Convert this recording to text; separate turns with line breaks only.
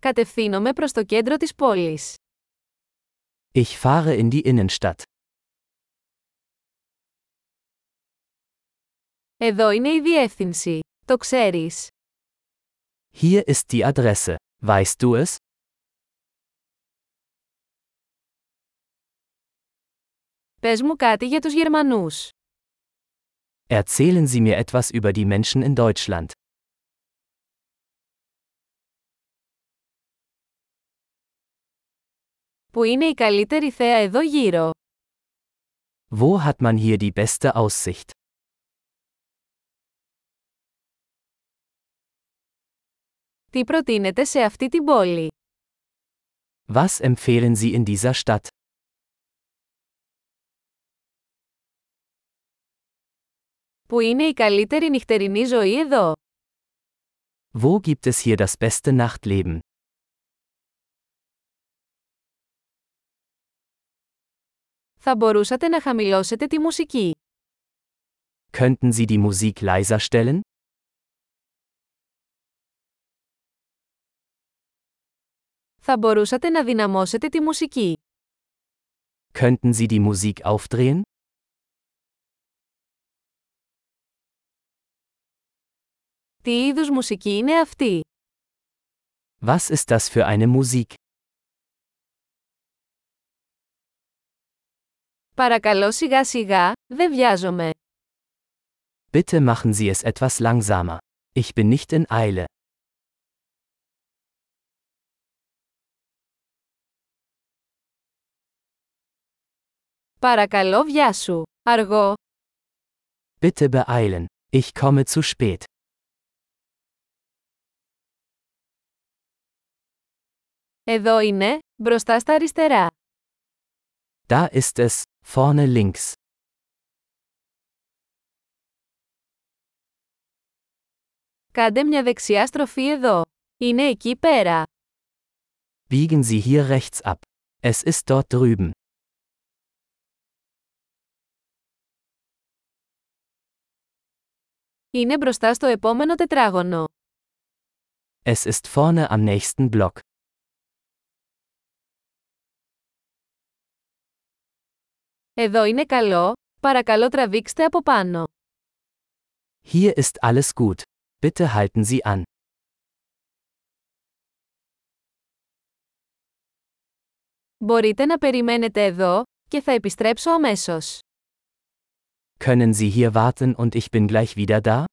Κατευθύνομαι προς το κέντρο της πόλης.
Ich fahre in die Innenstadt.
Εδώ είναι η διεύθυνση. Το ξέρεις.
Hier ist die Adresse. Weißt du es?
Πες μου κάτι για τους Γερμανούς.
Erzählen Sie mir etwas über die Menschen in Deutschland.
Πού είναι η καλύτερη θέα εδώ γύρω.
Wo hat man hier die beste Aussicht?
Τι προτείνετε σε αυτή την πόλη.
Was empfehlen Sie in dieser Stadt?
Πού είναι η καλύτερη νυχτερινή ζωή εδώ.
Wo gibt es hier das beste Nachtleben?
Θα μπορούσατε να χαμηλώσετε τη μουσική.
Könnten Sie die Musik leiser stellen?
Θα μπορούσατε να δυναμώσετε τη μουσική.
Könnten Sie die Musik aufdrehen?
Τι είδους μουσική είναι αυτή.
Was ist das für eine Musik?
Παρακαλώ σιγά σιγά, δεν βιάζομαι.
Bitte machen Sie es etwas langsamer. Ich bin nicht in Eile.
Παρακαλώ βιάσου. Αργό.
Bitte beeilen. Ich komme zu spät.
Εδώ είναι, μπροστά στα αριστερά.
Da ist es, vorne links.
Κάντε μια δεξιά στροφή εδώ. Είναι εκεί πέρα.
Biegen Sie hier rechts ab. Es ist dort drüben.
Είναι μπροστά στο επόμενο τετράγωνο.
Es ist vorne am nächsten Block.
Εδώ είναι καλό, παρακαλώ τραβήξτε από πάνω.
Hier ist alles gut. Bitte halten Sie an.
Μπορείτε να περιμένετε εδώ και θα επιστρέψω αμέσως.
Können Sie hier warten und ich bin gleich wieder da?